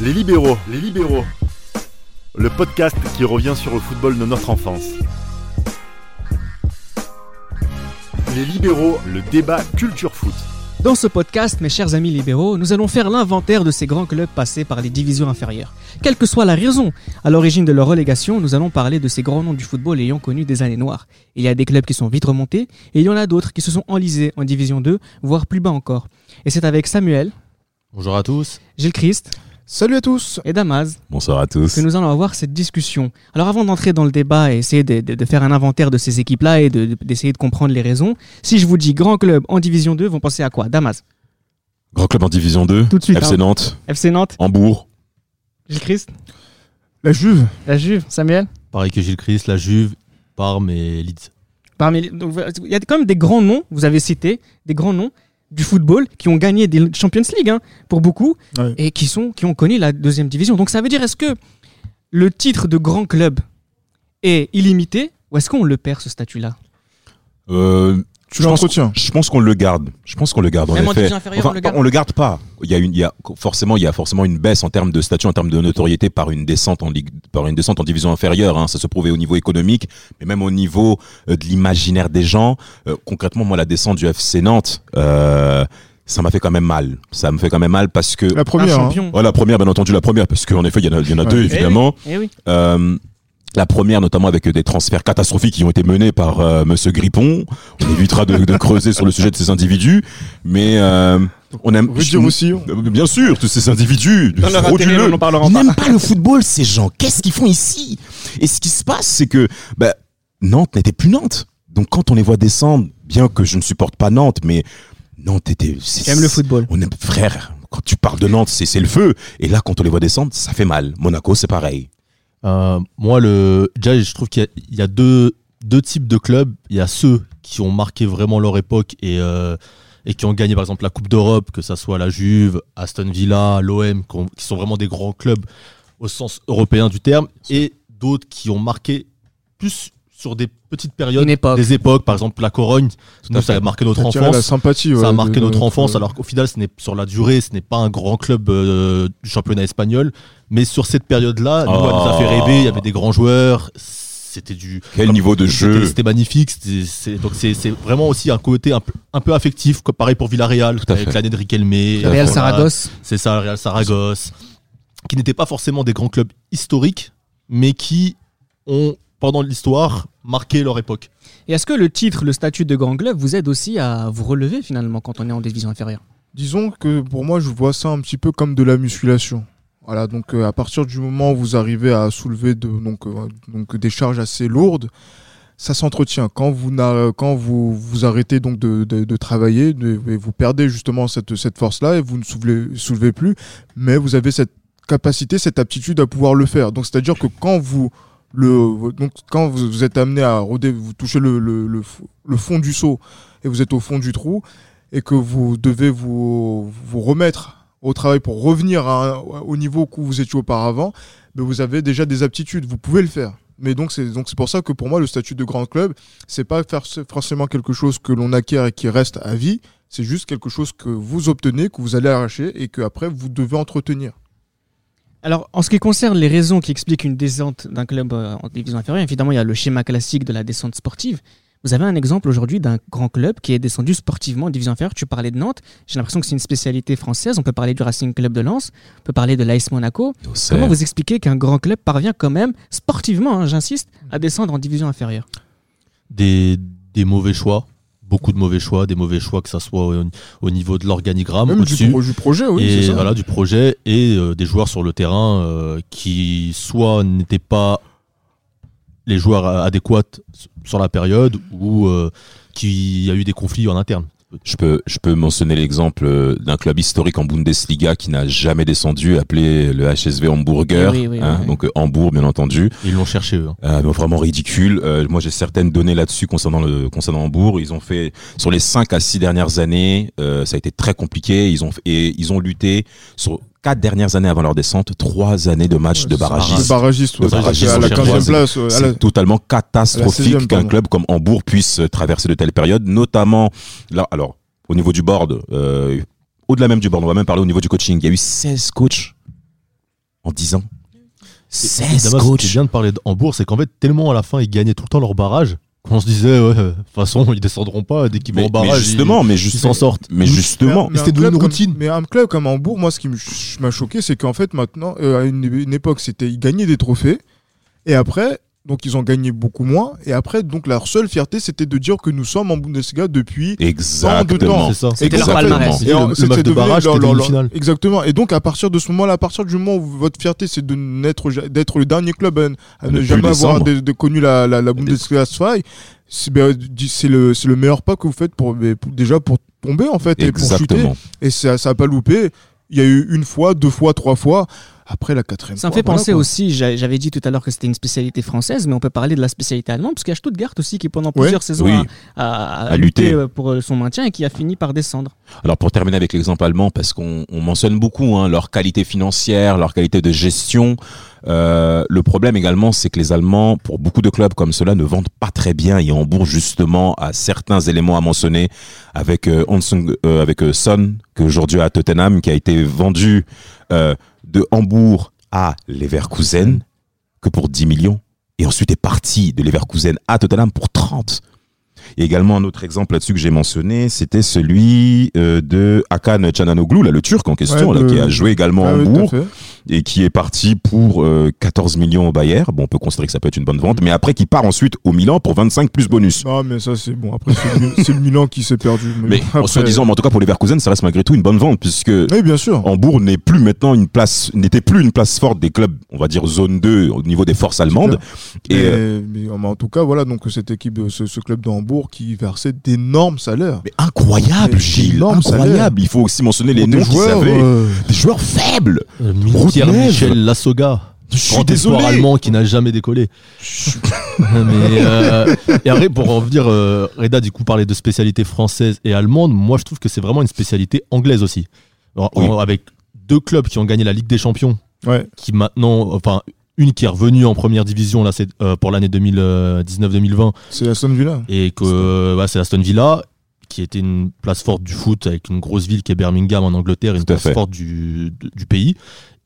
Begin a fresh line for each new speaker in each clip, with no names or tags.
Les libéraux, les libéraux. Le podcast qui revient sur le football de notre enfance. Les libéraux, le débat culture foot.
Dans ce podcast, mes chers amis libéraux, nous allons faire l'inventaire de ces grands clubs passés par les divisions inférieures. Quelle que soit la raison à l'origine de leur relégation, nous allons parler de ces grands noms du football ayant connu des années noires. Il y a des clubs qui sont vite remontés et il y en a d'autres qui se sont enlisés en division 2, voire plus bas encore. Et c'est avec Samuel,
Bonjour à tous.
Gilles Christ
Salut à tous
et Damaz
Bonsoir à
que
tous.
nous allons avoir cette discussion. Alors avant d'entrer dans le débat et essayer de, de- de faire un inventaire de ces équipes-là et de- de- d'essayer de, comprendre les raisons, si je vous dis grand club en division 2, vous pensez à quoi Damas,
Grand club en division 2,
tout de suite.
FC
hein.
Nantes,
FC Nantes,
Hambourg.
Gilles Christ,
La Juve
la Juve, Samuel.
Pareil que Gilles Christ, la Juve, Parme et Leeds.
Parmi les- donc, voilà, il y a quand même des grands noms, vous avez cité, des grands noms du football qui ont gagné des Champions League hein, pour beaucoup
Ouais.
et qui, sont, qui ont connu la deuxième division. Donc ça veut dire, est-ce que le titre de grand club est illimité ou est-ce qu'on le perd ce statut-là
Euh,
Tu
je pense-
l'entretiens
je pense qu'on le garde. Je pense qu'on le garde. en
Même en
effet.
division inférieure, on le garde
on le garde pas. Il y a une, il y a forcément, il y a forcément une baisse en termes de statut, en termes de notoriété par une descente en ligue, par une descente en division inférieure. hein. Ça se prouvait au niveau économique, mais même au niveau euh, de l'imaginaire des gens. Euh, concrètement, moi, la descente du FC Nantes, euh, ça m'a fait quand même mal. Ça me fait quand même mal parce que.
La
Un
première. hein.
champion.
Ouais, la première, bien entendu, la première, parce qu'en effet, il y en a, il y en a
Ouais.
deux,
oui.
évidemment.
Eh oui.
Euh, la première, notamment avec des transferts catastrophiques qui ont été menés par euh, Monsieur Grippon. On évitera de, de creuser sur le sujet de ces individus, mais euh, on aime. Euh,
Rudy Roussillon.
Bien sûr, tous ces individus frauduleux. Ils n'aiment pas le football, ces gens. Qu'est-ce qu'ils font ici Et ce qui se passe, c'est que bah, Nantes n'était plus Nantes. Donc quand on les voit descendre, bien que je ne supporte pas Nantes, mais Nantes était. c'est-
J'aime le football.
on aime, frère, quand tu parles de Nantes, c'est c'est le feu. Et là, quand on les voit descendre, ça fait mal. Monaco, c'est pareil.
Euh, moi, le, déjà, je trouve qu'il y a, il y a deux, deux types de clubs. Il y a ceux qui ont marqué vraiment leur époque et, euh, et qui ont gagné, par exemple, la Coupe d'Europe, que ça soit la Juve, Aston Villa, l'OM, qui, ont- qui sont vraiment des grands clubs au sens européen du terme. Et d'autres qui ont marqué plus sur des petites périodes,
Une époque.
des époques. Par exemple, la Corogne, nous, ça a marqué notre
T'as tiré la
enfance.
sympathie. ouais,
ça a marqué
de- de-
notre enfance,
de-
alors qu'au final, ce n'est sur la durée, ce n'est pas un grand club euh, du championnat espagnol. Mais sur cette période-là, nous,
Oh.
elle nous a fait rêver. Il y avait des grands joueurs. C'était du
Quel niveau de
c'était-
jeu
C'était magnifique. c'était- c'est- donc c'est c'est vraiment aussi un côté un peu, un peu affectif, comme pareil pour Villarreal,
à
avec
fait.
l'année de Riquelme.
Real
Voilà,
Saragosse.
C'est ça, le Real Saragosse, qui n'étaient pas forcément des grands clubs historiques, mais qui ont pendant l'histoire marqué leur époque.
Et est-ce que le titre, le statut de grand club vous aide aussi à vous relever finalement quand on est en division inférieure
Disons que pour moi, je vois ça un petit peu comme de la musculation. Voilà, donc euh, à partir du moment où vous arrivez à soulever de, donc, euh, donc des charges assez lourdes, ça s'entretient. Quand vous n'a- quand vous, vous arrêtez donc de, de- de travailler, de- et vous perdez justement cette, cette force-là et vous ne soulevez, soulevez plus, mais vous avez cette capacité, cette aptitude à pouvoir le faire. Donc c'est-à-dire que quand vous le donc quand vous vous êtes amené à rôder, vous touchez le, le- le f- le fond du seau et vous êtes au fond du trou, et que vous devez vous, vous remettre au travail pour revenir à un- au niveau où vous étiez auparavant, mais vous avez déjà des aptitudes, vous pouvez le faire. Mais donc c'est donc c'est pour ça que pour moi le statut de grand club, c'est pas faire ce- forcément quelque chose que l'on acquiert et qui reste à vie, c'est juste quelque chose que vous obtenez, que vous allez arracher et que après vous devez entretenir.
Alors, en ce qui concerne les raisons qui expliquent une descente d'un club euh, en division inférieure, évidemment, il y a le schéma classique de la descente sportive. Vous avez un exemple aujourd'hui d'un grand club qui est descendu sportivement en division inférieure. Tu parlais de Nantes. J'ai l'impression que c'est une spécialité française. On peut parler du Racing Club de Lens. On peut parler de l'AS Monaco. Comment vous expliquez qu'un grand club parvient quand même, sportivement, hein, j'insiste, à descendre en division inférieure
des, des mauvais choix, beaucoup de mauvais choix, des mauvais choix que ça soit au, au niveau de l'organigramme
Même du,
Ah au-dessus
pro- du projet, oui, c'est
et
ça.
voilà du projet et euh, des joueurs sur le terrain euh, qui soit n'étaient pas les joueurs euh, adéquats s- sur la période ou euh, qui y a eu des conflits en interne.
Je peux, je peux mentionner l'exemple euh, d'un club historique en Bundesliga qui n'a jamais descendu, appelé le HSV Hamburger.
Oui, oui, oui, oui.
Donc euh, Hambourg, bien entendu.
Ils l'ont cherché eux. hein.
Euh, mais vraiment ridicule. Euh, moi, j'ai certaines données là-dessus concernant le concernant Hambourg. Ils ont fait sur les 5 à 6 dernières années, euh, ça a été très compliqué. Ils ont et ils ont lutté sur quatre dernières années avant leur descente, trois années de matchs de
Ouais,
barragiste.
De barragiste,
barragistes.
ouais.
De barragiste,
à
on
la
cherche
15e
pas,
place. ouais, à la-
C'est totalement
à Ah, la 16e,
catastrophique qu'un
pardon.
club comme Hambourg puisse euh, traverser de telles périodes, notamment là, alors au niveau du board, euh, au-delà même du board, on va même parler au niveau du coaching. Il y a eu 16 coachs en 10 ans.
Et Damas,
16
ce qui est
coachs.
bien de parler d- en bourse, c'est qu'en fait, tellement à la fin, ils gagnaient tout le temps leur barrage qu'on se disait, ouais, euh, de toute façon, ils descendront pas dès qu'ils vont
Mais,
en
mais
barrage.
justement, mais
ils ils s'en
justement,
sortent.
mais justement,
Mais c'était
un
devenu
club
une
comme-
routine.
mais un club comme Hambourg, moi, ce qui me ch- m'a choqué, c'est qu'en fait, maintenant, euh, à une, une époque, c'était ils gagnaient des trophées. Et après, donc, ils ont gagné beaucoup moins. Et après, donc, leur seule fierté, c'était de dire que nous sommes en Bundesliga depuis.
exactement.
C'est ça.
C'était leur
Exactement.
palmarès.
Et le- le
c'était
match de
devenu
barrage,
leur-
c'était
leur-
une
leur-
finale.
Exactement. Et donc, à partir de ce moment-là, à partir du moment où votre fierté, c'est de n'être ja- d'être le dernier club à, n- à
Ne
ne
plus
jamais avoir
descendre.
de- de connu la, la, la Bundesliga Zweite, c'est ben, du- c'est le, c'est le meilleur pas que vous faites pour, mais pour- déjà pour tomber, en fait, et pour chuter.
Exactement.
Et ça n'a pas loupé. Il y a eu une fois, deux fois, trois fois. Après la quatrième
Ça me
fois,
fait
voilà,
penser
quoi.
aussi, j'a- j'avais dit tout à l'heure que c'était une spécialité française, mais on peut parler de la spécialité allemande, parce qu'il y a Stuttgart aussi qui pendant plusieurs saisons
Oui.
a, a- a
À
lutté
lutter.
euh, pour euh, son maintien et qui a fini par descendre.
Alors pour terminer avec l'exemple allemand, parce qu'on on mentionne beaucoup hein, leur qualité financière, leur qualité de gestion. Euh, le problème également, c'est que les Allemands, pour beaucoup de clubs comme cela, ne vendent pas très bien et embourrent justement à certains éléments à mentionner avec euh, Hansung- euh, avec euh, Son, qui est aujourd'hui à Tottenham, qui a été vendu euh, de Hambourg à Leverkusen que pour 10 millions et ensuite est parti de Leverkusen à Tottenham pour 30. Et également un autre exemple là-dessus que j'ai mentionné, c'était celui euh, de Hakan Cananoglu, là, le Turc en question,
Ouais,
là,
le-
qui a joué également
Ah
en
oui, tout à
Hambourg
fait.
et qui est parti pour euh, 14 millions au Bayern. Bon, on peut considérer que ça peut être une bonne
Mm.
vente, mais après qui part ensuite au Milan pour 25 plus bonus.
Non, mais ça, c'est bon. Après, c'est le- c'est le Milan qui s'est perdu.
Mais
bon,
en
Mm.
se
après- Mm.
disant, mais en tout cas pour Leverkusen, ça reste malgré tout une bonne vente puisque
Oui, bien sûr.
Hambourg n'est plus maintenant une place, n'était plus une place forte des clubs, on va dire zone 2 au niveau des forces allemandes. Et
mais,
euh,
mais en- en tout cas, voilà, donc cette équipe, de- ce, ce club de Hambourg qui versait d'énormes salaires.
mais incroyable,
Mais
Gilles,
énorme salaire.
incroyable. Il faut aussi mentionner les
Pour des
noms qu'ils avaient.
euh,
Des joueurs faibles.
Euh,
Route
Pierre
neige.
Michel Lassoga.
Je suis
grand espoir
désolé.
allemand qui n'a jamais décollé. Mais, euh, et après, pour en revenir, euh, Reda, du coup, parlait de spécialité française et allemande. Moi, je trouve que c'est vraiment une spécialité anglaise aussi. Alors,
Oui.
en- avec deux clubs qui ont gagné la Ligue des Champions,
Ouais.
qui maintenant, enfin, une qui est revenue en première division là, c'est, euh, pour l'année euh, 2019-2020,
c'est Aston Villa.
et que euh, bah, c'est Aston Villa, qui était une place forte du foot avec une grosse ville qui est Birmingham en Angleterre, une
Tout à
place
fait.
forte du, de- du pays,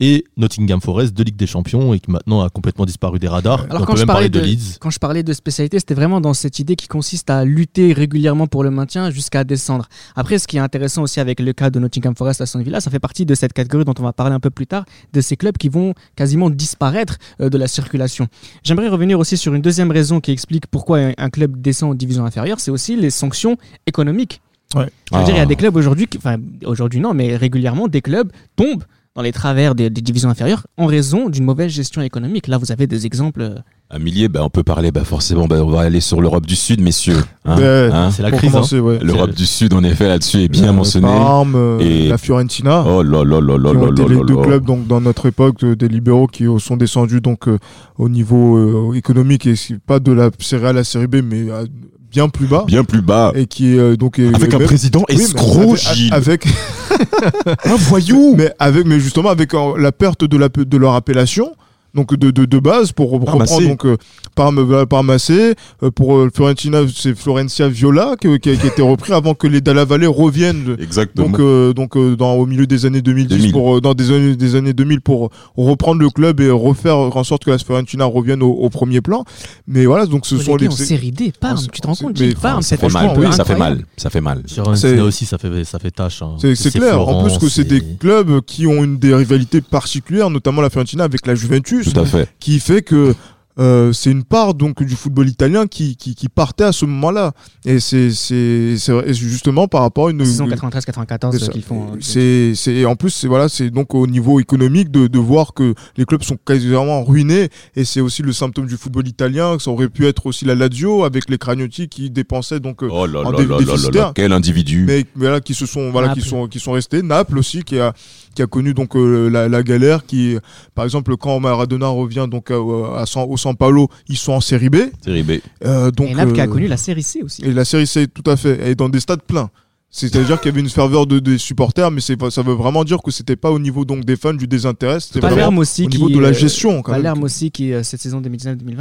et Nottingham Forest de Ligue des Champions et qui maintenant a complètement disparu des radars.
Alors,
On
quand
peut
je
même
parlais
parler de,
de-
Leeds.
Quand je parlais de spécialité, c'était vraiment dans cette idée qui consiste à lutter régulièrement pour le maintien jusqu'à descendre. Après, ce qui est intéressant aussi avec le cas de Nottingham Forest à Aston Villa, ça fait partie de cette catégorie dont on va parler un peu plus tard, de ces clubs qui vont quasiment disparaître euh, de la circulation. J'aimerais revenir aussi sur une deuxième raison qui explique pourquoi un- un club descend en division inférieure, c'est aussi les sanctions économiques. Je veux dire, il y
Ah.
a des clubs aujourd'hui, qui- enfin aujourd'hui non, mais régulièrement, des clubs tombent dans les travers des, des divisions inférieures en raison d'une mauvaise gestion économique. Là, vous avez des exemples. euh,
Un millier, bah, on peut parler, bah, forcément, bah, on va aller sur l'Europe du Sud, messieurs. hein,
Ouais,
hein.
C'est la
Pour
crise. hein.
commencer, ouais.
L'Europe du Sud, en effet, là-dessus est bien
Euh,
mentionnée.
Parme, euh,
Et-
la Fiorentina.
Oh là là là là
qui ont
là
été
là
les
là
deux
là.
clubs donc dans notre époque de- des libéraux qui euh, sont descendus donc euh, au niveau euh, économique et c'est pas de la série A à la série B mais euh, bien plus bas
Bien plus bas.
et qui euh, donc est-
Avec un
même-
président
Oui, mais
escroc,
avec-
Gilles.
avec
Ah,
un voyou mais avec mais justement avec euh, la perte de la de leur appellation donc de, de, de base pour reprendre
Parmacé.
donc euh, Parme voilà, Parmacé euh, pour euh, Fiorentina c'est Florencia Viola qui, qui a qui a été repris avant que les Dalla Valle reviennent
Exactement.
donc, euh, donc euh, dans, au milieu des années 2010,
2000.
Pour, euh, dans des années, des années 2000, pour reprendre le club et refaire en sorte que la Fiorentina revienne au, au premier plan. Mais voilà, donc ce
les
sont
gars
les.
en série D, Parme,
c'est-
tu te rends
c'est-
compte,
mais ah,
Gilles, Parme,
Ah, ça
cette
fait mal,
franchement,
oui,
ouais,
ça fait mal, ça fait mal.
C'est-
Fiorentina aussi, ça fait, ça fait tâche. hein.
C'est c'est clair. en plus que c'est des clubs qui ont une des rivalités particulières, notamment la Fiorentina avec la Juventus,
Tout à fait.
qui fait que euh, c'est une part donc du football italien qui, qui, qui partait à ce moment-là. Et c'est c'est- c'est vrai- et justement par rapport à une,
saison
C'est
93-94
ça.
qu'ils font. euh,
C'est, c'est, et en plus, c'est, voilà, c'est donc au niveau économique de, de voir que les clubs sont quasiment ruinés et c'est aussi le symptôme du football italien. Ça aurait pu être aussi la Lazio avec les Cragnotti qui dépensaient donc, euh,
Oh là
en
là
dé-
là là là là,
déficitaire.
quel individu.
mais voilà, qui se sont, voilà, qui
Naples.
sont, qui sont restés. Naples aussi qui a, qui a connu donc euh, la, la galère qui, par exemple, quand Maradona revient donc à, à San- au San Paolo, ils sont en série B.
Série B.
Euh, donc,
et Naples qui a
euh,
connu la série C aussi.
et la série C, tout à fait. Et dans des stades pleins. C'est-à-dire qu'il y avait une ferveur de, des supporters, mais c'est pas- ça veut vraiment dire que c'était pas au niveau donc des fans du désintérêt, c'était vraiment
Palerme aussi
au niveau
qui,
de la
euh,
gestion quand même.
Palerme aussi qui euh, cette saison 2019-2020
À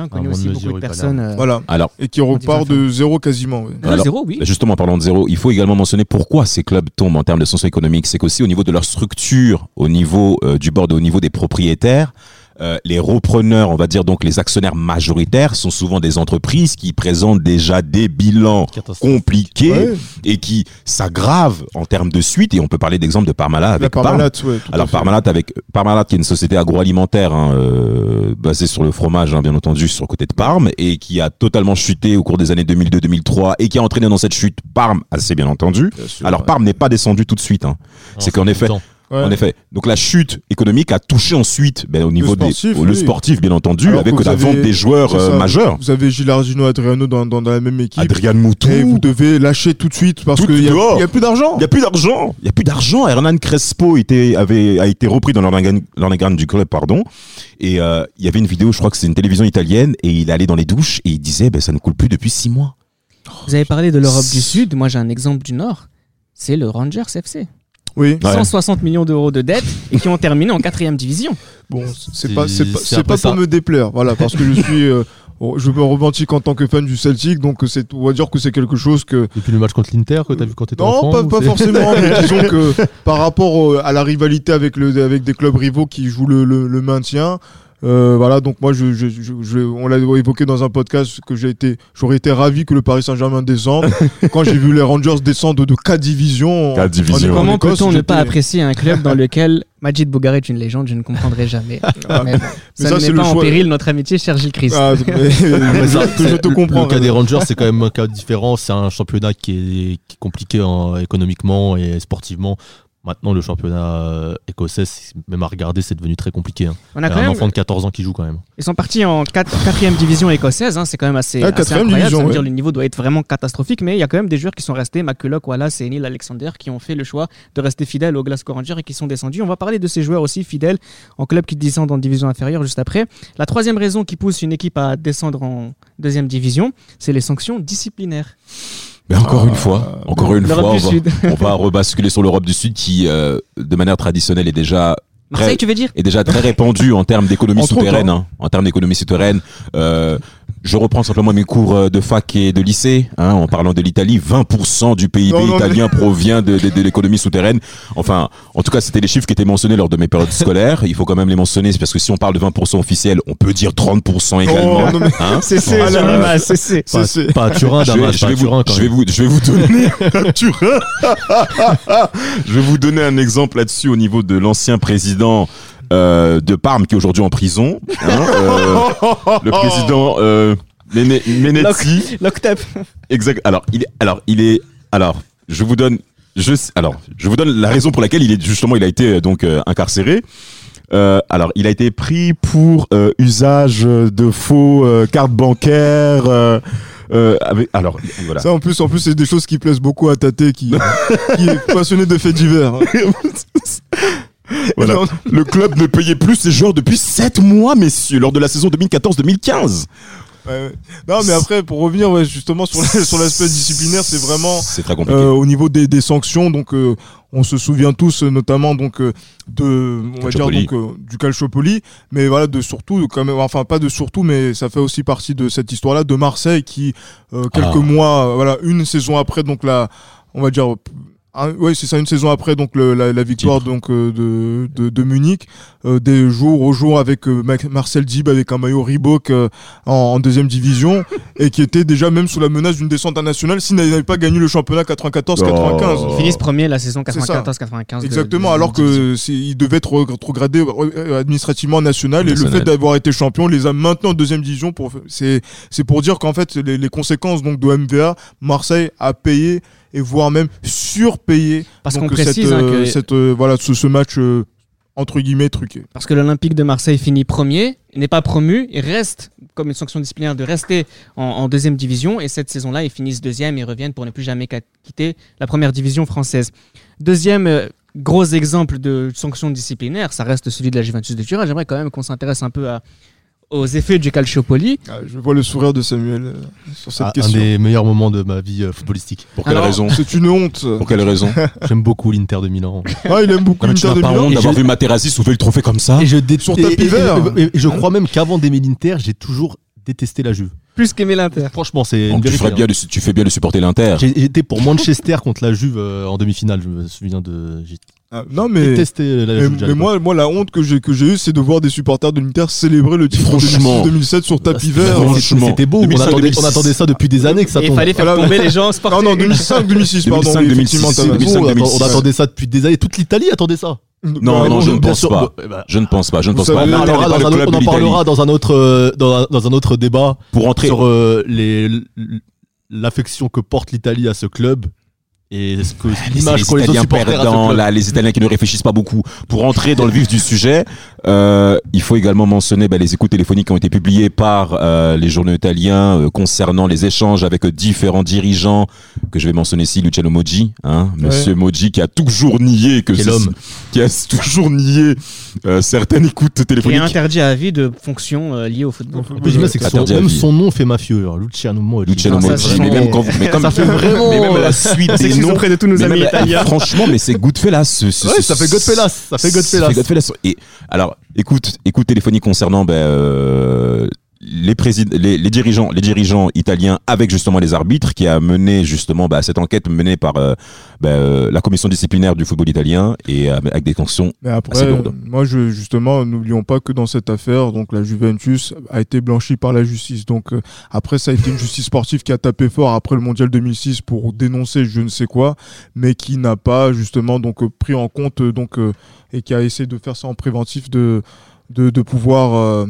un
connaît
moment
aussi
de
beaucoup
mesure,
de
oui,
personnes. euh,
Voilà.
Alors,
Et qui repart de zéro quasiment. ouais.
deux,
Alors,
zéro, oui.
Justement, en parlant de zéro, il faut également mentionner pourquoi ces clubs tombent en termes de sanction économique. C'est qu'aussi au niveau de leur structure, au niveau euh, du board, au niveau des propriétaires, euh, les repreneurs, on va dire donc les actionnaires majoritaires, sont souvent des entreprises qui présentent déjà des bilans
Catastrophe.
compliqués
Ouais,
et qui s'aggravent en termes de suite. Et on peut parler d'exemple de Parmalat
la
avec Parme.
Bah, Parmalat, ouais, tout à
Alors
fait.
Parmalat avec Parmalat qui est une société agroalimentaire hein, euh, basée sur le fromage hein, bien entendu sur le côté de Parme et qui a totalement chuté au cours des années 2002-2003 et qui a entraîné dans cette chute Parme assez bien entendu.
Bien sûr,
Alors
ouais.
Parme n'est pas descendu tout de suite. hein. C'est qu'en effet,
Ouais.
En effet, donc la chute économique a touché ensuite ben, au niveau
sportif,
des le
oui.
sportif bien entendu
Alors
avec
que vous
la vente
avez-
des joueurs
c'est
euh,
ça.
majeurs.
Vous avez Gilardino Adriano dans, dans, dans la même équipe.
Adrian Moutou.
Et vous
Il
devez lâcher tout de suite parce
Tout
qu'il n'y
dehors.
a, y a plus d'argent.
n'y a plus d'argent. Il n'y a plus d'argent. Hernan Crespo était, avait, a été repris dans l'organ- l'organigramme du club, pardon. Et euh, il y avait une vidéo, je crois que c'est une télévision italienne, et il allait dans les douches et il disait, ben, ça ne coule plus depuis six mois.
Vous avez parlé de l'Europe du Sud, moi j'ai un exemple du Nord, c'est le Rangers FC.
Oui,
Ouais.
160 millions d'euros de dettes et qui ont terminé en quatrième division.
bon, c'est pas, c'est pas,
C'est
c'est
après
pas
ça.
pour me déplaire, voilà, parce que je suis, euh, je me revendique en tant que fan du Celtic, donc euh, c'est, on va dire que c'est quelque chose que.
Depuis le match contre l'Inter que t'as vu quand t'étais enfant
Non, pas,
ou
pas
c'est-
forcément, mais disons que par rapport euh, à la rivalité avec, le, avec des clubs rivaux qui jouent le, le- le maintien, euh, voilà, donc moi, je, je- je- je- on l'a évoqué dans un podcast que j'ai été, j'aurais été ravi que le Paris Saint-Germain descende. Quand j'ai vu les Rangers descendre de 4 divisions. en-
Quatre divisions.
Euh, en
Comment
Écosse,
peut-on ne
j'étais-
pas apprécier un club dans lequel Majid Bougar est une légende, je ne comprendrai jamais. Mais bon,
Mais
ça
ça,
ne
c'est
met
le
pas en
choix.
péril notre amitié, cher Gilles Christ.
Ah, mais-
Mais ça,
que je
c'est-
te
le-
comprends.
Le cas des Rangers, c'est quand même un cas différent. C'est un championnat qui est, qui est compliqué hein, économiquement et sportivement. Maintenant, le championnat euh, écossais, c'est- même à regarder, c'est devenu très compliqué. hein.
On a Ah,
Il y
quand
a un
même-
enfant de 14 ans qui joue quand même.
Ils sont partis en quatre- quatrième division écossaise, hein, c'est quand même assez,
Ah,
assez
quatrième
incroyable.
division,
ça veut dire
ouais.
le niveau doit être vraiment catastrophique, mais il y a quand même des joueurs qui sont restés, McCulloch, Wallace et Neil Alexander, qui ont fait le choix de rester fidèles au Glasgow Rangers et qui sont descendus. On va parler de ces joueurs aussi fidèles en club qui descendent en division inférieure juste après. La troisième raison qui pousse une équipe à descendre en deuxième division, c'est les sanctions disciplinaires.
Mais encore une fois, encore une fois,
L'Europe
on
du
va,
Sud.
on va rebasculer sur l'Europe du Sud qui, euh, de manière traditionnelle, est déjà
Marseille,
Très-
tu veux dire
est déjà très répandu en termes d'économie
Entre autres,
souterraine. hein. en termes d'économie souterraine, euh, je reprends simplement mes cours euh, de fac et de lycée. hein, en parlant de l'Italie, 20% du PIB
Non, non,
italien provient de, de- de l'économie souterraine. Enfin, en tout cas, c'était les chiffres qui étaient mentionnés lors de mes périodes scolaires. Il faut quand même les mentionner parce que si on parle de 20% officiel, on peut dire 30% également.
Oh, non, mais-
hein.
C'est c'est,
Ah, là,
sur
là,
l'image, c'est- c'est.
C'est- c'est-
Pas à Turin,
Je vais,
Damas,
je
Ah, pas
vais
à
vous,
Turin quand
je vais
même.
vous, je vais vous donner, Turin. je vais vous donner un exemple là-dessus au niveau de l'ancien président euh, de Parme qui est aujourd'hui en prison. hein, euh, le président euh, Mene- Menetti.
L'octave.
Exact. Alors il, est, alors il est, alors je vous donne, je, alors je vous donne la raison pour laquelle il est justement, il a été euh, donc euh, incarcéré. Euh, alors, il a été pris pour euh, usage de faux euh, cartes bancaires. euh, euh, avec- alors, voilà.
Ça en plus, en plus, c'est des choses qui plaisent beaucoup à Tate qui, qui est passionné de faits divers. hein.
Voilà.
Non,
Le club ne payait plus ses joueurs depuis 7 mois, messieurs, lors de la saison 2014-2015.
ouais, ouais. Non, mais après, pour revenir ouais, justement sur, la- sur l'aspect disciplinaire, c'est vraiment
C'est très compliqué.
euh, au niveau des, des sanctions. Donc, euh, on se souvient tous, euh, notamment donc euh, de, on va dire
Calciopoli.
donc euh, du Calciopoli, mais voilà de surtout quand même, enfin pas de surtout, mais ça fait aussi partie de cette histoire-là de Marseille qui euh, quelques
Ah.
mois, euh, voilà une saison après donc la, on va dire. un- ouais, c'est ça, une saison après donc le- la, la victoire donc euh, de, de, de Munich, euh, des jours au jour avec euh, Mac- Marcel Dib avec un maillot Reebok euh, en, en deuxième division et qui était déjà même sous la menace d'une descente internationale s'il n'avait pas gagné le championnat 94-95.
Ils finissent premier la saison
Oh. C'est ça.
94-95. de-
Exactement,
de-
alors
de division.
que c'est- il devait être retrogradé euh, administrativement national et le
National.
fait d'avoir été champion les a maintenant en deuxième division pour c'est c'est pour dire qu'en fait les, les conséquences donc de MVA Marseille a payé et voire même surpayé
Parce
donc,
qu'on précise
cette,
hein,
euh,
que
cette, euh, voilà ce, ce match euh, entre guillemets truqué.
Parce que l'Olympique de Marseille finit premier, n'est pas promu, il reste, comme une sanction disciplinaire, de rester en, en deuxième division. Et cette saison-là, ils finissent deuxième et reviennent pour ne plus jamais ca- quitter la première division française. Deuxième euh, gros exemple de sanction disciplinaire, ça reste celui de la Juventus de Turin. J'aimerais quand même qu'on s'intéresse un peu à, aux effets du Calciopoli.
Ah, je vois le sourire de Samuel euh, sur cette
Ah, un
question.
des meilleurs moments de ma vie euh, footballistique.
Pour quelle
Alors-
raison
C'est une honte.
Pour quelle raison
J'aime beaucoup l'Inter de Milan.
Ah, il aime beaucoup
Non, mais tu
l'Inter de
n'as pas
Milan.
honte
Et
d'avoir
je-
vu Materazzi soulever le trophée comme ça
Et je déteste.
Sur tapis
et- et-
vert.
et- et- et je crois même qu'avant d'aimer l'Inter, j'ai toujours détesté la Juve.
Plus qu'aimer l'Inter.
Ah, Franchement, c'est une
Donc, tu,
vérité,
ferais
hein.
bien de- tu fais bien de supporter l'Inter.
J'ai- J'étais pour Manchester contre la Juve euh, en demi-finale. Je me souviens de. J'ai
Ah, non, mais.
détesté la
euh,
Mais,
Juve. déjà à
mais
l'époque.
moi, moi, la honte que j'ai que j'ai eue, c'est de voir des supporters de l'Inter célébrer le titre en
Franchement.
2007 sur tapis
C'était-
vert.
Franchement.
C'était beau. on,
2005,
attendait,
2006.
on attendait ça depuis des années que ça
Et il
tombe.
fallait faire
Voilà,
tomber les gens sportifs.
Ah non, 2005, 2006, pardon.
2005,
oui, effectivement,
2006,
t'as raison.
2005,
Beau, on attend- on
2006.
attendait ça depuis des années. Toute l'Italie attendait ça.
Non,
Ouais,
non,
bon,
je
je-
ne
bien
pense
sûr,
pas.
bah, bah,
Je ne pense pas. Je ne
Vous
pense
savez,
on
pas.
en
L'Inter n'est
parlera
pas
dans
le
un autre-
club
on
de
en
l'Italie.
parlera dans un autre euh, dans un- dans un autre débat.
Pour entrer.
sur euh, les- l- l'affection que porte l'Italie à ce club et ce que l'image
Ah, les
qu'ont Ah, les autres
Italiens
supporters à ce
perdants,
club.
là, les Italiens qui ne réfléchissent pas beaucoup. Pour entrer dans le vif du sujet, euh, il faut également mentionner bah, les écoutes téléphoniques qui ont été publiées par euh, les journaux italiens euh, concernant les échanges avec euh, différents dirigeants que je vais mentionner ici, Luciano Moggi, hein, Monsieur Moggi qui a toujours nié que
Quel
ce-
homme.
qui a toujours nié euh, certaines écoutes
Qui est
téléphoniques.
interdit à vie de fonctions euh, liées au football.
Le plus génial, c'est que son-
Interdit à
même
vie.
son nom fait mafieux. alors, Luciano Moggi.
Luciano
Non, ça,
Moggi,
c'est
mais
vraiment-
même quand vous, mais comme-
Ça fait vraiment-
mais même la suite des noms,
auprès de tous
mais même la- franchement, mais c'est Goodfellas. ce- ce-
Ouais,
ce-
ça fait Godfellas. Ça fait
Ça
Godfellas.
fait Godfellas. Et alors, écoute, écoute téléphonique concernant ben, euh, les, présid- les, les dirigeants, les dirigeants italiens avec justement les arbitres qui a mené justement ben, cette enquête menée par euh, ben, euh, la commission disciplinaire du football italien et euh, avec des sanctions.
Mais après,
Assez lourde.
euh, moi, je, justement, n'oublions pas que dans cette affaire, donc la Juventus a été blanchie par la justice. Donc euh, après, ça a été une justice sportive qui a tapé fort après le Mondial 2006 pour dénoncer je ne sais quoi, mais qui n'a pas justement donc euh, pris en compte euh, donc euh, et qui a essayé de faire ça en préventif de de, de pouvoir euh,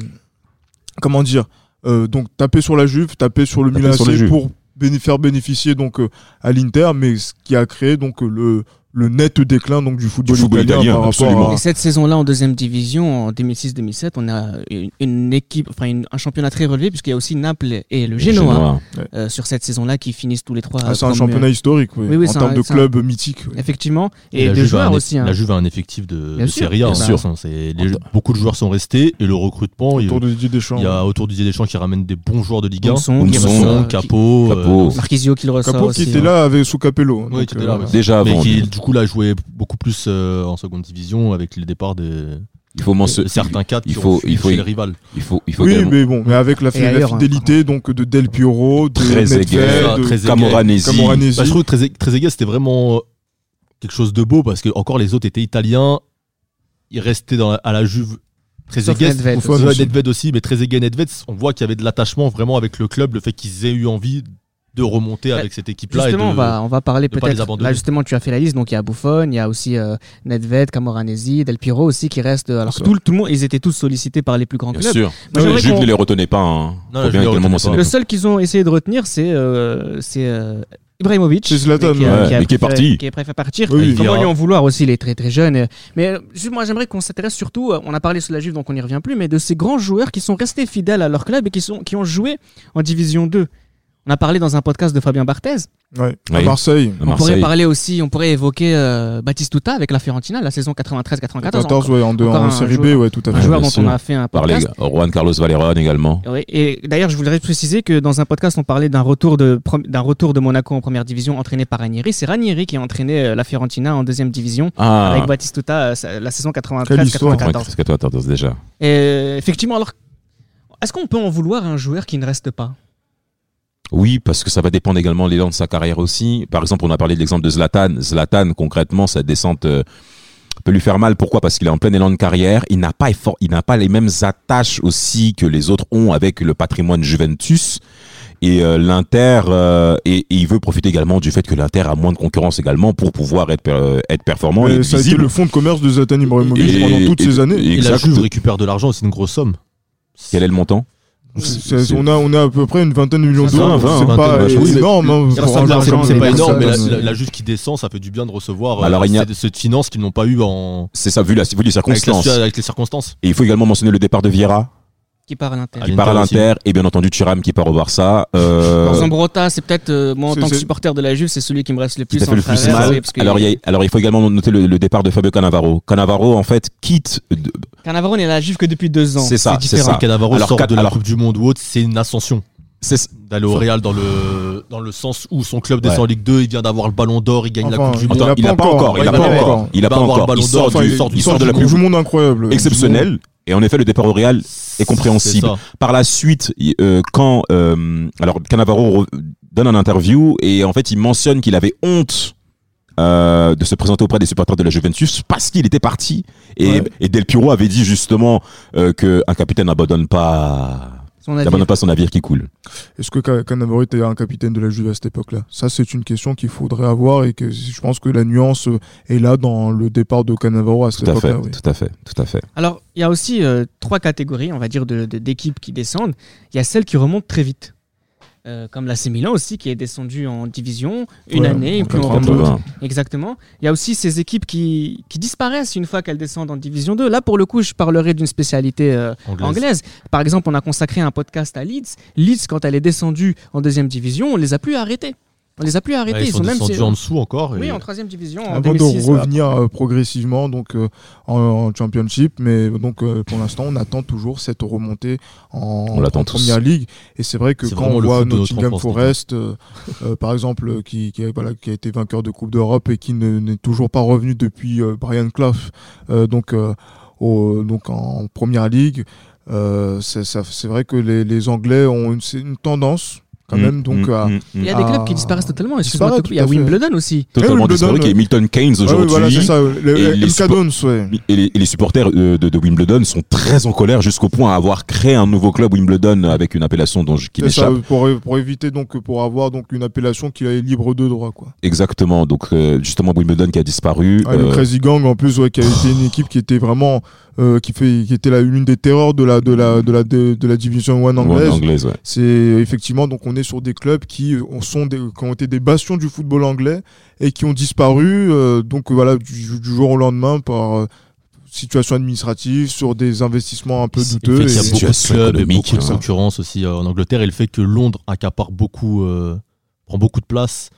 comment dire euh, donc taper sur la Juve, taper sur le
Taper
Milan
sur la
AC
Juve.
pour béné- faire bénéficier donc euh, à l'Inter, mais ce qui a créé donc euh, le le net déclin donc du football,
football italien,
par
absolument.
rapport à,
Et cette saison-là, en deuxième division, en 2006-2007, on a une, une équipe, enfin une- un championnat très relevé, puisqu'il y a aussi Naples et le Genoa,
Genoa.
euh, sur cette saison-là qui finissent tous les trois.
Ah, c'est un
comme,
championnat
euh,
historique, oui.
oui, oui,
en
c'est
termes
un-
de
c'est un-
club mythique. oui.
effectivement, et,
la
de
Juve a un
joueurs
eff-
aussi. hein.
La Juve a un effectif de,
Bien
de
sûr.
Serie A.
Bien
hein,
sûr.
ça, c'est- les- beaucoup de joueurs sont restés et le recrutement. Il,
Autour de Didier Deschamps.
il y a autour du des Deschamps qui ramène des bons joueurs de Ligue 1.
Boumson, qui
Boumson,
ressort, qui-
Capot.
Capot.
Marquisio qui le ressort
Capot qui
aussi,
était
hein.
là avec euh, sous Capello.
euh, Oui, qui était là, ouais.
euh, Déjà
mais
avant.
qui du coup là jouait beaucoup plus euh, en seconde division avec le départ de
Il faut mention-
de euh, certains cadres
il
qui
faut-
ont fui
il faut-
chez les rivales.
Il faut, il faut
Oui,
également-
mais bon, mais avec la,
Et
la
ailleurs, hein.
fidélité donc de Del Piero, de
Très
Medved,
égal.
de
Très égal.
Camoranesi.
Camoranesi.
Bah, je trouve que Trezé- Trezeguet, c'était vraiment euh, quelque chose de beau parce que encore les autres étaient italiens. Ils restaient dans la- à la Juve. Trezeguet,
Sauf Nedved.
sauf
Sauf
Nedved
Nedved.
Nedved aussi, mais Trezeguet, Nedved, on voit qu'il y avait de l'attachement vraiment avec le club, le fait qu'ils aient eu envie de remonter
Bah,
avec cette équipe-là. et
Justement, bah,
de-
on va, on va parler
de pas les
peut-être.
abandonner.
Là, justement, tu as fait la liste. Donc, il y a Buffon, il y a aussi euh, Nedved, Camoranesi, Del Piro aussi qui restent. euh, Alors,
Bien
tout, le- tout le monde, ils étaient tous sollicités par les plus grands
Bien
clubs.
sûr.
Moi,
Les
j'aimerais
Juves
qu'on-
ne les retenez pas. Hein.
Non,
Faut
je
bien
les
également
retenais
mentionner.
pas.
Le seul qu'ils ont essayé de retenir, c'est euh, c'est, euh, Ibrahimovic.
C'est Zlatan,
mais qui, a-
ouais,
qui a
mais qui
préféré-
est parti.
Qui est préféré partir.
Oui,
il
il
faut
ira.
lui en vouloir aussi, il est très très jeune. euh, Mais euh, juste, moi, j'aimerais qu'on s'intéresse surtout, euh, on a parlé sur la Juve, donc on n'y revient plus, mais de ces grands joueurs qui sont restés fidèles à leur club et qui, sont, qui ont joué en Division 2. On a parlé dans un podcast de Fabien Barthez.
Ouais, à
Oui.
Marseille.
À
On pourrait
Marseille.
parler aussi, on pourrait évoquer euh, Batistuta avec la Fiorentina, la saison 93-94.
14, ouais, en, deux-
encore
en
un
série B,
joueur.
ouais, tout à
Un
fait.
joueur
bien
dont
sûr.
on a fait un
Parler
podcast.
Juan Carlos Valeron également.
Oui, et d'ailleurs, je voudrais préciser que dans un podcast, on parlait d'un retour de prom- d'un retour de Monaco en première division entraîné par Ranieri. C'est Ranieri qui a entraîné euh, la Fiorentina en deuxième division
Ah,
avec Batistuta euh, sa- la saison
Quelle histoire.
93-94.
Qu'est-ce que toi, t'attends déjà
Et, euh, effectivement, alors, est-ce qu'on peut en vouloir à un joueur qui ne reste pas
Oui, parce que ça va dépendre également de l'élan de sa carrière aussi. Par exemple, on a parlé de l'exemple de Zlatan. Zlatan, concrètement, sa descente euh, peut lui faire mal. Pourquoi Parce qu'il est en plein élan de carrière. Il n'a pas, effort- il n'a pas les mêmes attaches aussi que les autres ont avec le patrimoine Juventus. Et euh, l'Inter, euh, et, et il veut profiter également du fait que l'Inter a moins de concurrence également pour pouvoir être, per- être performant et
Mais
être
Euh, Ça a été
visible.
le fonds de commerce de Zlatan Ibrahimovic
Et-
pendant toutes
et-
ces années.
Et la
exact.
Juve récupère de l'argent, c'est une grosse somme.
Quel est le montant
C'est- c'est- On a, on a à peu près une vingtaine de millions
Vingt,
d'euros.
vingt,
C'est
vingtaine,
pas
ouais, oui, mais-
énorme. hein,
C'est
pour
de
un joueur
l'argent,
comme
c'est
pas
Zlatan.
énorme, mais la,
personnes.
la- la Juve qui descend, ça fait du bien de recevoir euh,
Alors, il y a-
cette, cette finance qu'ils n'ont pas eu en...
C'est ça, vu, la, vu les
avec,
circonstances.
la- avec les circonstances.
Et il faut également mentionner le départ de Vieira.
qui part à l'Inter.
Ah,
qui part à
l'Inter
l'Inter et bien entendu Thuram qui part au Barça. Euh,
Par exemple, Rota, c'est peut-être, euh, moi en
c'est-
tant que
c'est-
supporter de la Juve, c'est celui qui me reste le plus
qui t'a fait
en
le plus
travers.
mal.
oui, parce que
alors, il y a- alors il faut également noter le, le départ de Fabio Cannavaro. Cannavaro en fait quitte. de-
Cannavaro n'est à la Juve que depuis deux ans.
C'est ça, c'est
différent.
ça.
Canavaro
Alors,
sort
quatre-
de la
alors-
Coupe du Monde ou autre, c'est une ascension.
c'est-
D'aller au Real dans le, dans le sens où son club
Ouais.
descend en Ligue 2, il vient d'avoir le ballon d'or, il gagne la
Enfin,
Coupe du
il
Monde.
Attends,
l'a
il
pas
a pas
encore.
encore. Il
Ouais,
a
il
pas
va
encore.
avoir
Il a pas
le
encore.
Ballon
Il
d'Or,
sort
enfin,
du-
il-
sort du-
il
sort
sort
de la
du
Coupe
Coupe
du
du monde incroyable.
exceptionnel et en effet le départ au Real est compréhensible.
C'est ça.
Par la suite, il- euh, quand euh, alors Cannavaro re- donne un interview et en fait il mentionne qu'il avait honte euh, de se présenter auprès des supporters de la Juventus parce qu'il était parti et,
Ouais.
et Del Piro avait dit justement euh, que un capitaine n'abandonne pas
Son avis.
n'abandonne pas son navire qui coule.
Est-ce que Ca- Cannavaro était un capitaine de la Juve à cette époque-là Ça, c'est une question qu'il faudrait avoir et que je pense que la nuance euh, est là dans le départ de Cannavaro à cette
Tout à fait,
époque-là. oui.
tout à fait, tout à fait.
Alors, il y a aussi euh, trois catégories, on va dire, de- de- d'équipes qui descendent. Il y a celles qui remontent très vite. Euh, comme l'AC Milan aussi, qui est descendu en division une
Ouais,
année, et
en
puis on
80.
remonte. Exactement. Il y a aussi ces équipes qui, qui disparaissent une fois qu'elles descendent en division 2. Là, pour le coup, je parlerai d'une spécialité euh,
Anglaise.
anglaise. Par exemple, on a consacré un podcast à Leeds. Leeds, quand elle est descendue en deuxième division, on les a plus arrêtés. On les a plus arrêtés.
Ouais, ils sont
même
descendus en dessous encore. et-
oui, en troisième division en
Avant de
2006.
revenir euh, progressivement donc euh, en, en championship, mais donc euh, pour l'instant on attend toujours cette remontée en,
On l'attend
en
tous.
première ligue. Et c'est vrai que
C'est
quand
vraiment
on
le
voit
foot de notre
Nottingham
enfance,
Forest, euh, euh, par exemple, euh, qui, qui, a- voilà, qui a été vainqueur de Coupe d'Europe et qui ne- n'est toujours pas revenu depuis euh, Brian Clough, euh, donc euh, au- donc en première ligue. euh, c'est ça- c'est vrai que les, les Anglais ont une, c'est une tendance
Mm,
quand même
Mm,
donc à
Il y a des
Ah.
clubs qui disparaissent totalement. excuse-moi,
Disparaît,
tout- Il y a
tout à fait.
Wimbledon aussi.
totalement
Eh oui, le
disparu
Wimbledon,
qui est Milton Keynes
Ah oui,
aujourd'hui.
voilà, c'est ça, le-
Et
le
les
MK Dons, ouais.
et les, et les supporters euh, de, de Wimbledon sont très en colère jusqu'au point à avoir créé un nouveau club Wimbledon avec une appellation dont je, qui
C'est ça,
m'échappe.
pour, pour éviter donc euh, pour avoir donc une appellation qui est libre de droit quoi.
Exactement. Donc euh, justement Wimbledon qui a disparu.
Ah, Le
euh,
Crazy Gang en plus ouais, qui a été une équipe qui était vraiment euh, qui fait qui était la l'une des terreurs de la de la de la de, de la division One
ouais,
anglaise.
anglaise, ouais.
C'est effectivement donc on est sur des clubs qui ont- sont des, qui ont été des bastions du football anglais et qui ont disparu euh, donc voilà du, du jour au lendemain par euh, situation administrative sur des investissements un peu
Il
douteux.
fait qu'il y a
et-
beaucoup de
Situation
clubs et
économique,
beaucoup de
hein.
concurrence aussi euh, en Angleterre et le fait que Londres accapare beaucoup, euh, prend beaucoup de place,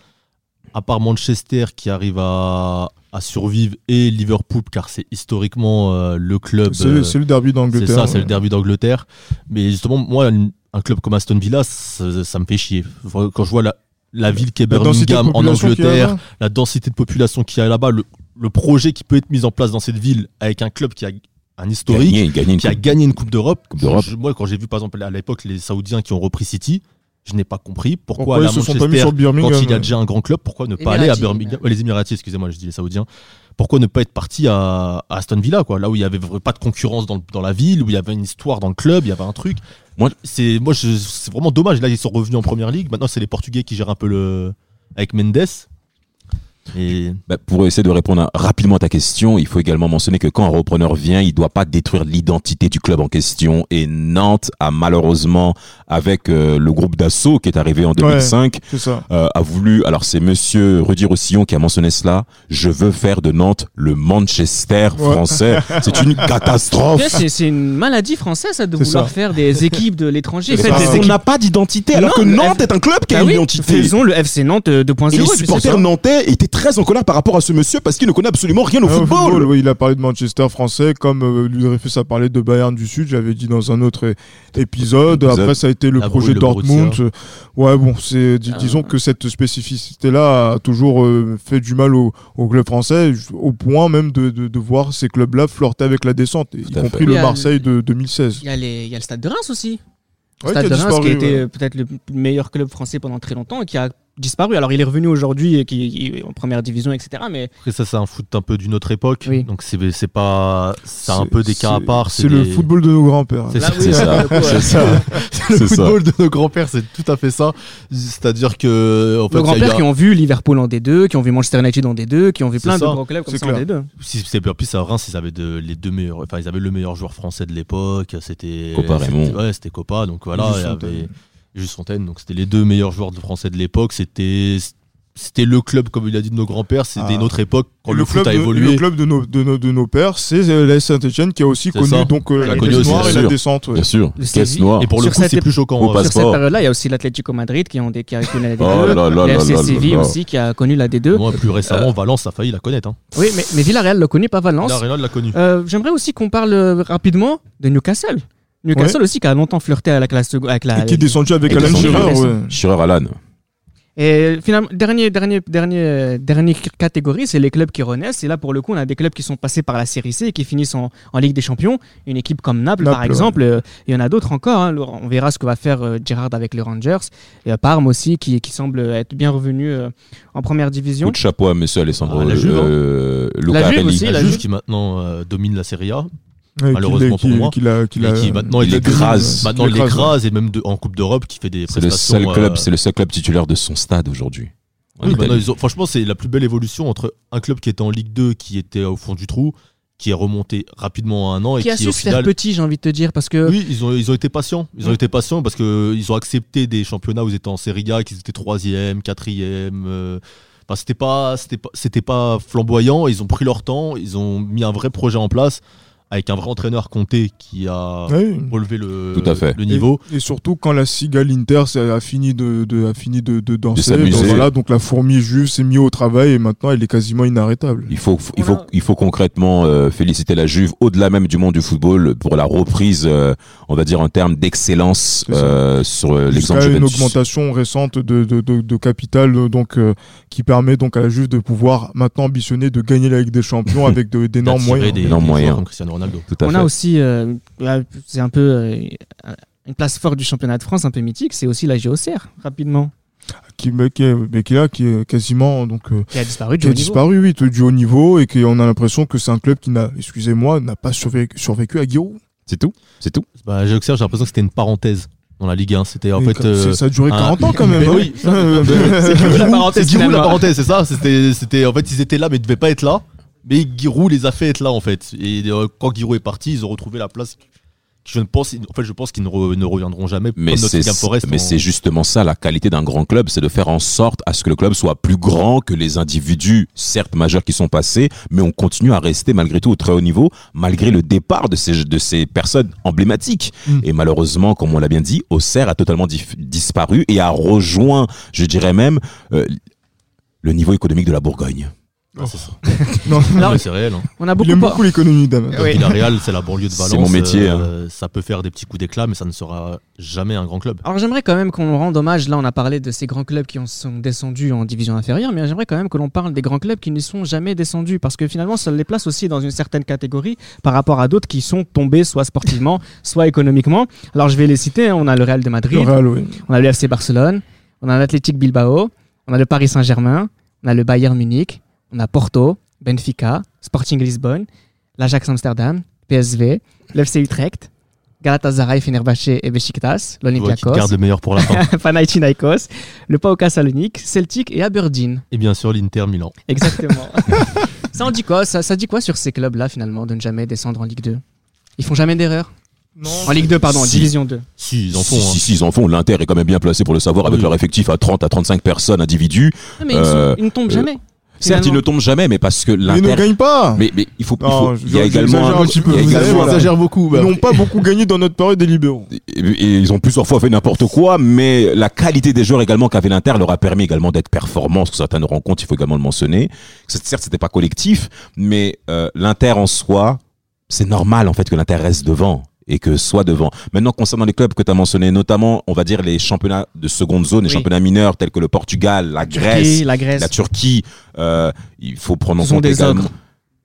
à part Manchester qui arrive à, à survivre et Liverpool car c'est historiquement euh, le club.
C'est
euh,
c'est le derby
c'est
d'Angleterre.
ça, c'est
ouais.
le derby d'Angleterre. Mais justement, moi, une- un club comme Aston Villa, ça, ça me fait chier. Quand je vois la, la ville qu'est
La densité de
Birmingham en
population qu'il y a hein.
Angleterre,
là-bas.
la densité de population qu'il y a là-bas, le, le projet qui peut être mis en place dans cette ville avec un club qui a un historique
Gagner, gagner une
qui a
coupe.
gagné une Coupe d'Europe.
Coupe d'Europe.
Je- Moi, quand j'ai vu par exemple à l'époque les Saoudiens qui ont repris City, je n'ai pas compris pourquoi,
Pourquoi
aller à
ils se sont pas mis
Manchester,
sur
quand
Birmingham
il y a déjà un grand club, pourquoi ne pas aller à
Émiratis,
Birmingham
ouais.
ouais, Les Émiratis, excusez-moi, je dis les Saoudiens. Pourquoi ne pas être parti à, à Aston Villa, quoi, là où il n'y avait vra- pas de concurrence dans, le- dans la ville, où il y avait une histoire dans le club, il y avait un truc.
Moi-
c'est moi, je- c'est vraiment dommage. Là, ils sont revenus en première ligue. Maintenant, c'est les Portugais qui gèrent un peu le. avec Mendes. Et
Bah, pour essayer de répondre à- rapidement à ta question, il faut également mentionner que quand un repreneur vient, il ne doit pas détruire l'identité du club en question. Et Nantes a malheureusement, avec euh, le groupe d'assaut qui est arrivé en 2005,
C'est ça.
euh, a voulu, alors c'est monsieur Rudy Roussillon qui a mentionné cela, je veux faire de Nantes le Manchester
Ouais.
français. C'est une catastrophe.
Bien, C'est c'est une maladie française ça, de
C'est
vouloir
ça.
faire des équipes de l'étranger.
C'est
Faites
ça.
des
On
On
équipes.
n'a pas d'identité alors
Non,
que
mais-
Nantes est un club qui a
Bah
une
oui,
identité.
faisons le FC Nantes euh, 2.0.
Et
et
les
puis c'est
supporters
ça.
nantais étaient très en colère par rapport à ce monsieur parce qu'il ne connaît absolument rien au
Ah, au
football.
football, oui, il a parlé de Manchester français, comme euh, Louis Dreyfus a parlé de Bayern du Sud, j'avais dit dans un autre é- épisode.
Épisode.
Après, ça a été le
La
projet
brûle de
Dortmund.
Borussia.
Euh, Ouais, bon, c'est dis-
Ah.
disons que cette spécificité-là a toujours euh, fait du mal au, au club français, j- au point même de, de- de voir ces clubs-là flirter avec la descente, y
à fait.
compris
Il
le
y a-
Marseille de 2016.
Il y, a les- il y a le Stade de Reims aussi.
Ouais,
Stade
qui
de
a
Reims
disparu,
qui a été
ouais.
euh, peut-être le meilleur club français pendant très longtemps et qui a disparu. Alors il est revenu aujourd'hui et qui qui est en première division, etc. Mais
Après ça, c'est un foot un peu d'une autre époque,
Oui.
donc c'est c'est pas, c'est un
C'est-
peu des cas à
c'est-
part.
C'est le
des-
football de nos grands-pères.
C'est
Là,
ça.
oui, là, pour le coup, ouais.
le
C'est ça.
football de nos grands-pères, c'est tout à fait ça. C'est-à-dire que en fait,
nos
il y a eu
grands-pères
un-
qui ont vu Liverpool en D2, qui ont vu Manchester United en D2, qui ont vu
C'est
plein de
ça,
gros clubs comme
c'est
ça en
clair.
D2.
si c'est bien plus à Reims, ils avaient de- les deux meilleurs, enfin ils avaient le meilleur joueur français de l'époque. C'était
Copa
c'était-
Raymond.
Ouais, c'était Copa. Donc voilà,
Juste
il y
Fontaine.
avait juste Fontaine. Donc c'était les deux meilleurs joueurs de français de l'époque. C'était c'était le club, comme il a dit, de nos grands-pères. C'était
Ah.
une autre époque quand le,
le,
foot
club
a
de,
évolué.
le club de nos, de nos, de nos pères, c'est euh, l'AS Saint-Etienne qui a aussi
C'est
connu
ça.
donc
Elle
euh,
a
la
connu
caisse
aussi,
noire et
bien
la
sûr.
descente. ouais.
Bien sûr.
Le
Caisse
saisie.
noire.
Et pour le
Sur
coup,
cette
c'est plus
Au
choquant. hein.
pas-
ouais.
Sur cette
Passeport.
période-là, il y a aussi l'Atlético Madrid qui, ont des- qui a connu la D2,
Oh là là là
le
là
FC
là
Séville
là.
aussi qui a connu la D2.
Moi, plus
Euh,
récemment, Valence a failli la connaître. Hein.
Oui, mais, mais Villarreal le connaît, pas Valence.
L'Arena l'a connue.
Euh, J'aimerais aussi qu'on parle euh, rapidement de Newcastle. Newcastle aussi qui a longtemps flirté avec la, seconde- avec la
Et qui est descendu avec
Et
Alan
descendu.
Shearer. ouais.
Schirrer Alan.
Et finalement, dernier, dernier, dernier, euh, dernière catégorie, c'est les clubs qui renaissent. Et là, pour le coup, on a des clubs qui sont passés par la Série C et qui finissent en, en Ligue des Champions. Une équipe comme Naples, par
Naples,
exemple. euh, Il y en a d'autres encore. hein. On verra ce que va faire euh, Gerrard avec les Rangers. Et euh, Parme aussi, qui, qui semble être bien revenu euh, en première division.
Coup de chapeau à monsieur Alessandro
Ah, la Juve, hein.
euh, Luca
La Juve
Arelli.
aussi,
La
la
Juve
Juve.
qui maintenant euh, domine la Serie A.
Ouais,
Malheureusement
qui,
pour moi.
l'a- qui l'a-
et qui maintenant
il
est
écrase.
Maintenant, il
l'écrase,
écrase et même de- en Coupe d'Europe qui fait des
C'est le
prestations.
seul club,
euh,
c'est le seul club titulaire de son stade aujourd'hui. En
oui,
Italie.
maintenant, ils ont- franchement, c'est la plus belle évolution entre un club qui était en Ligue 2, qui était au fond du trou, qui est remonté rapidement à un an et
Qui
qui,
a su
au
se faire
final.
petit, j'ai envie de te dire, parce que
Oui, ils ont, ils ont été patients. Ils ont
Mm.
été patients parce qu'ils ont accepté des championnats où ils étaient en Serie A, qu'ils étaient troisième, quatrième. euh, Enfin, c'était pas, c'était pas, c'était pas flamboyant. Ils ont pris leur temps. Ils ont mis un vrai projet en place avec un vrai entraîneur Comté qui a
ouais.
relevé le,
Tout à fait.
le niveau.
Et, et surtout quand la cigale Inter ça a fini de, de- a fini de, de danser,
s'amuser.
donc voilà, donc la fourmi juive s'est mise au travail et maintenant elle est quasiment inarrêtable.
Il faut, il faut,
Voilà.
il faut concrètement euh, féliciter la Juve au-delà même du monde du football pour la reprise, euh, on va dire en termes d'excellence
C'est ça.
euh, sur euh, l'exemple
Jusqu'à une
Juventus.
augmentation récente de, de, de- de capital euh, donc, euh, qui permet donc à la Juve de pouvoir maintenant ambitionner de gagner la Ligue des Champions avec de- d'énormes
d'attirer
moyens.
des-
Énorme
des
moyen.
joueurs comme Cristiano Ronaldo.
Tout à
on
fait.
a aussi, euh, là, c'est un peu euh, une place forte du championnat de France, un peu mythique, c'est aussi la GOCR, rapidement,
Qui, mais, qui, est- mais qui est là, qui est quasiment donc, euh,
qui a disparu
qui
du
a
haut niveau.
disparu oui, du haut niveau et qu'on a l'impression que c'est un club qui n'a, excusez-moi, n'a pas survécu, survécu à Guillaume.
C'est tout, c'est tout.
Bah, j'ai j'ai l'impression que c'était une parenthèse dans la Ligue 1. C'était en
Mais
fait.
comme-
euh,
ça a duré
un-
40 ans quand même.
Mais
hein.
oui, ça-
Euh,
c'est Giroud la parenthèse.
C'est
Giroud la
finalement.
parenthèse, c'est ça. C'était, c'était, en fait, ils étaient là, mais ils devaient pas être là. Mais Giroud les a fait être là, en fait. Et euh, quand Giroud est parti, ils ont retrouvé la place. que Je ne pense, en fait, je pense qu'ils ne, re- ne reviendront jamais.
Mais
comme
c'est,
Nottingham Forest
mais
en-
c'est justement ça la qualité d'un grand club, c'est de faire en sorte à ce que le club soit plus grand que les individus, certes majeurs qui sont passés, mais on continue à rester malgré tout au très haut niveau, malgré le départ de ces, de ces personnes emblématiques.
Mm.
Et malheureusement, comme on l'a bien dit, Auxerre a totalement dif- disparu et a rejoint, je dirais même, euh, le niveau économique de la Bourgogne.
Ah, c'est ça.
non.
Non,
Alors,
mais c'est réel. hein.
On a
Il
beaucoup,
aime
par-
beaucoup l'économie d'Amas.
Euh,
Oui.
Villarreal, c'est la banlieue de
C'est
Valence.
mon métier, hein.
euh, Ça peut faire des petits coups d'éclat, mais ça ne sera jamais un grand club.
Alors j'aimerais quand même qu'on rende hommage, là on a parlé de ces grands clubs qui en sont descendus en division inférieure, mais j'aimerais quand même que l'on parle des grands clubs qui n'y sont jamais descendus, parce que finalement ça les place aussi dans une certaine catégorie par rapport à d'autres qui sont tombés soit sportivement, soit économiquement. Alors je vais les citer, hein. on a le Real de
Le
Madrid,
Real, oui.
on a le FC Barcelone, on a l'Athletic Bilbao, on a le Paris Saint-Germain, on a le Bayern Munich, on a Porto, Benfica, Sporting Lisbonne, l'Ajax Amsterdam, PSV, l'FC Utrecht, Galatasaray, Fenerbahçe et Besiktas,
Tu vois qu'ils
l'Olympiakos.
gardent le meilleur pour la fin.
Panathinaikos, le PAOK Salonique, Celtic et Aberdeen.
Et bien sûr, l'Inter Milan.
Exactement. ça en dit quoi ça, ça dit quoi sur ces clubs-là finalement de ne jamais descendre en Ligue 2 Ils font jamais d'erreur En Ligue 2, pardon, en
Si.
Division 2.
Si, ils en font.
si,
hein.
si, si, ils en font. L'Inter est quand même bien placé pour le savoir avec
Oui.
leur effectif à 30 à 35 personnes individus.
Ah, mais ils, sont-
Euh,
ils ne tombent
euh,
jamais.
Certes, ils ne
Finalement.
tombent jamais, mais parce que
Mais ils ne
l'Inter
gagnent pas.
Mais, mais il faut. il
Non,
faut-
je-
il y a
je-
également.
j'exagère un petit peu,
il y a
vous savez,
également-
voilà.
exagère Ah, beaucoup. bah.
Ils n'ont pas beaucoup gagné dans notre période des libéraux.
et- et ils ont plusieurs fois fait n'importe quoi, mais la qualité des joueurs également qu'avait l'Inter leur a permis également d'être performants sur certaines rencontres. Il faut également le mentionner. C'est- Certes, c'était pas collectif, mais euh, l'Inter en soi, c'est normal en fait que l'Inter reste devant et que soit devant. Maintenant, concernant les clubs que tu as mentionnés, notamment, on va dire les championnats de seconde zone, les
Oui.
championnats mineurs tels que le Portugal, la Grèce,
Et la Grèce.
la Turquie, euh, il faut prendre en
Ce sont
compte
des
également.
ogres.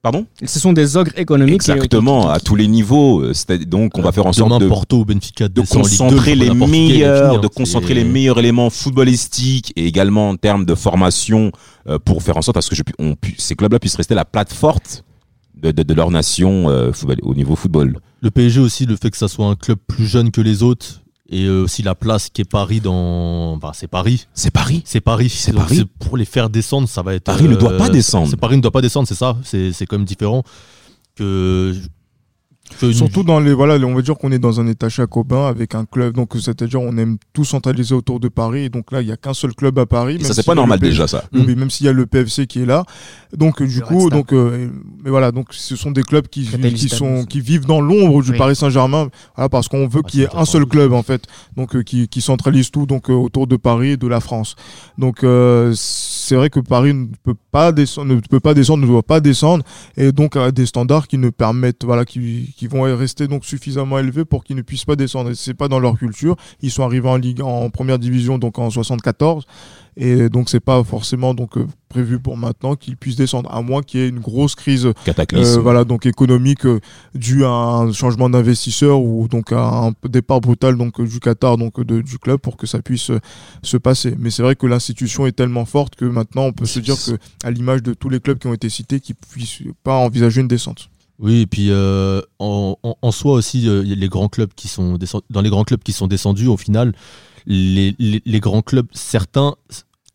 Pardon
Ce sont des ogres économiques. qui-
Exactement, à
qui- qui-
tous les niveaux. Euh, c'est-à-dire- Donc, on va faire en
Demain,
sorte de,
Porto, Benfica,
de
descend en Ligue 2,
concentrer
je
les
prends n'importe quel, il y a fini,
meilleurs,
hein.
de concentrer
C'est-
les meilleurs éléments footballistiques et également en termes de formation euh, pour faire en sorte à ce que je, pu- on pu- ces clubs-là puissent rester la plate forte de, de, de leur nation euh, football- au niveau football.
Le PSG aussi, le fait que ça soit un club plus jeune que les autres et euh, aussi la place qu'est Paris dans. Bah, c'est Paris.
C'est Paris.
C'est Paris.
C'est
Donc,
Paris.
c'est Pour les faire descendre, ça va être. euh,
Paris ne doit pas descendre.
c'est- Paris ne doit pas descendre, c'est ça. C'est c'est quand même différent que. Que-
Surtout dans les voilà, on va dire qu'on est dans un état jacobin avec un club donc c'est-à-dire on aime tout centraliser autour de Paris et donc là il y a qu'un seul club à Paris.
Et
même
ça, c'est
s'il
pas
y a le
normal
PSG
déjà, ça.
Oui, même s'il y a le PFC qui est là. Donc euh, du
Le
coup,
Red Star.
donc euh, mais voilà, donc ce sont des clubs qui,
Catalyst
qui
Stade.
sont qui vivent dans l'ombre du
Oui.
Paris Saint-Germain, voilà, parce qu'on veut
Ah,
qu'il y
c'est
ait un seul
totalement
club en fait, donc euh, qui, qui centralise tout donc euh, autour de Paris et de la France. Donc euh, c'est vrai que Paris ne peut pas descendre, ne peut pas descendre, ne doit pas descendre, et donc à des standards qui ne permettent, voilà, qui, qui vont rester donc suffisamment élevés pour qu'ils ne puissent pas descendre. Et C'est pas dans leur culture. Ils sont arrivés en Ligue en première division donc en 74 et donc c'est pas forcément donc euh, prévu pour maintenant qu'ils puissent descendre à moins qu'il y ait une grosse crise euh,
Cataclysme.
voilà donc économique euh, due à un changement d'investisseur ou donc à un départ brutal donc euh, du Qatar donc euh, de- du club pour que ça puisse euh, se passer mais c'est vrai que l'institution est tellement forte que maintenant on peut se dire que à l'image de tous les clubs qui ont été cités qu'ils puissent pas envisager une descente
Oui, et puis euh, en, en- en soi aussi, euh, y a les grands clubs qui sont descend- dans les grands clubs qui sont descendus, au final, les, les- les grands clubs, certains,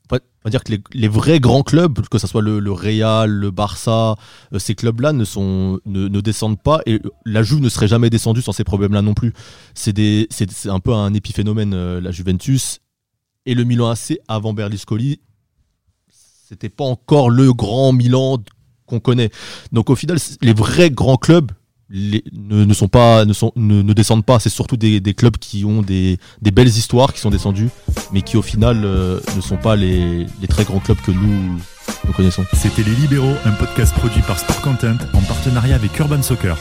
on va- on va dire que les, les vrais grands clubs, que ce soit le, le Real, le Barça, euh, ces clubs-là ne, sont, ne, ne descendent pas et la Juve ne serait jamais descendue sans ces problèmes-là non plus. C'est des- c'est c'est un peu un épiphénomène, euh, la Juventus et le Milan AC avant Berlusconi. C'était pas encore le grand Milan qu'on connaît. Donc au final, c- les vrais grands clubs les- ne, ne sont pas, ne, sont, ne, ne descendent pas. C'est surtout des, des clubs qui ont des, des belles histoires qui sont descendus, mais qui au final euh, ne sont pas les, les très grands clubs que nous, nous connaissons.
C'était Les Libéraux, un podcast produit par Sport Content en partenariat avec Urban Soccer.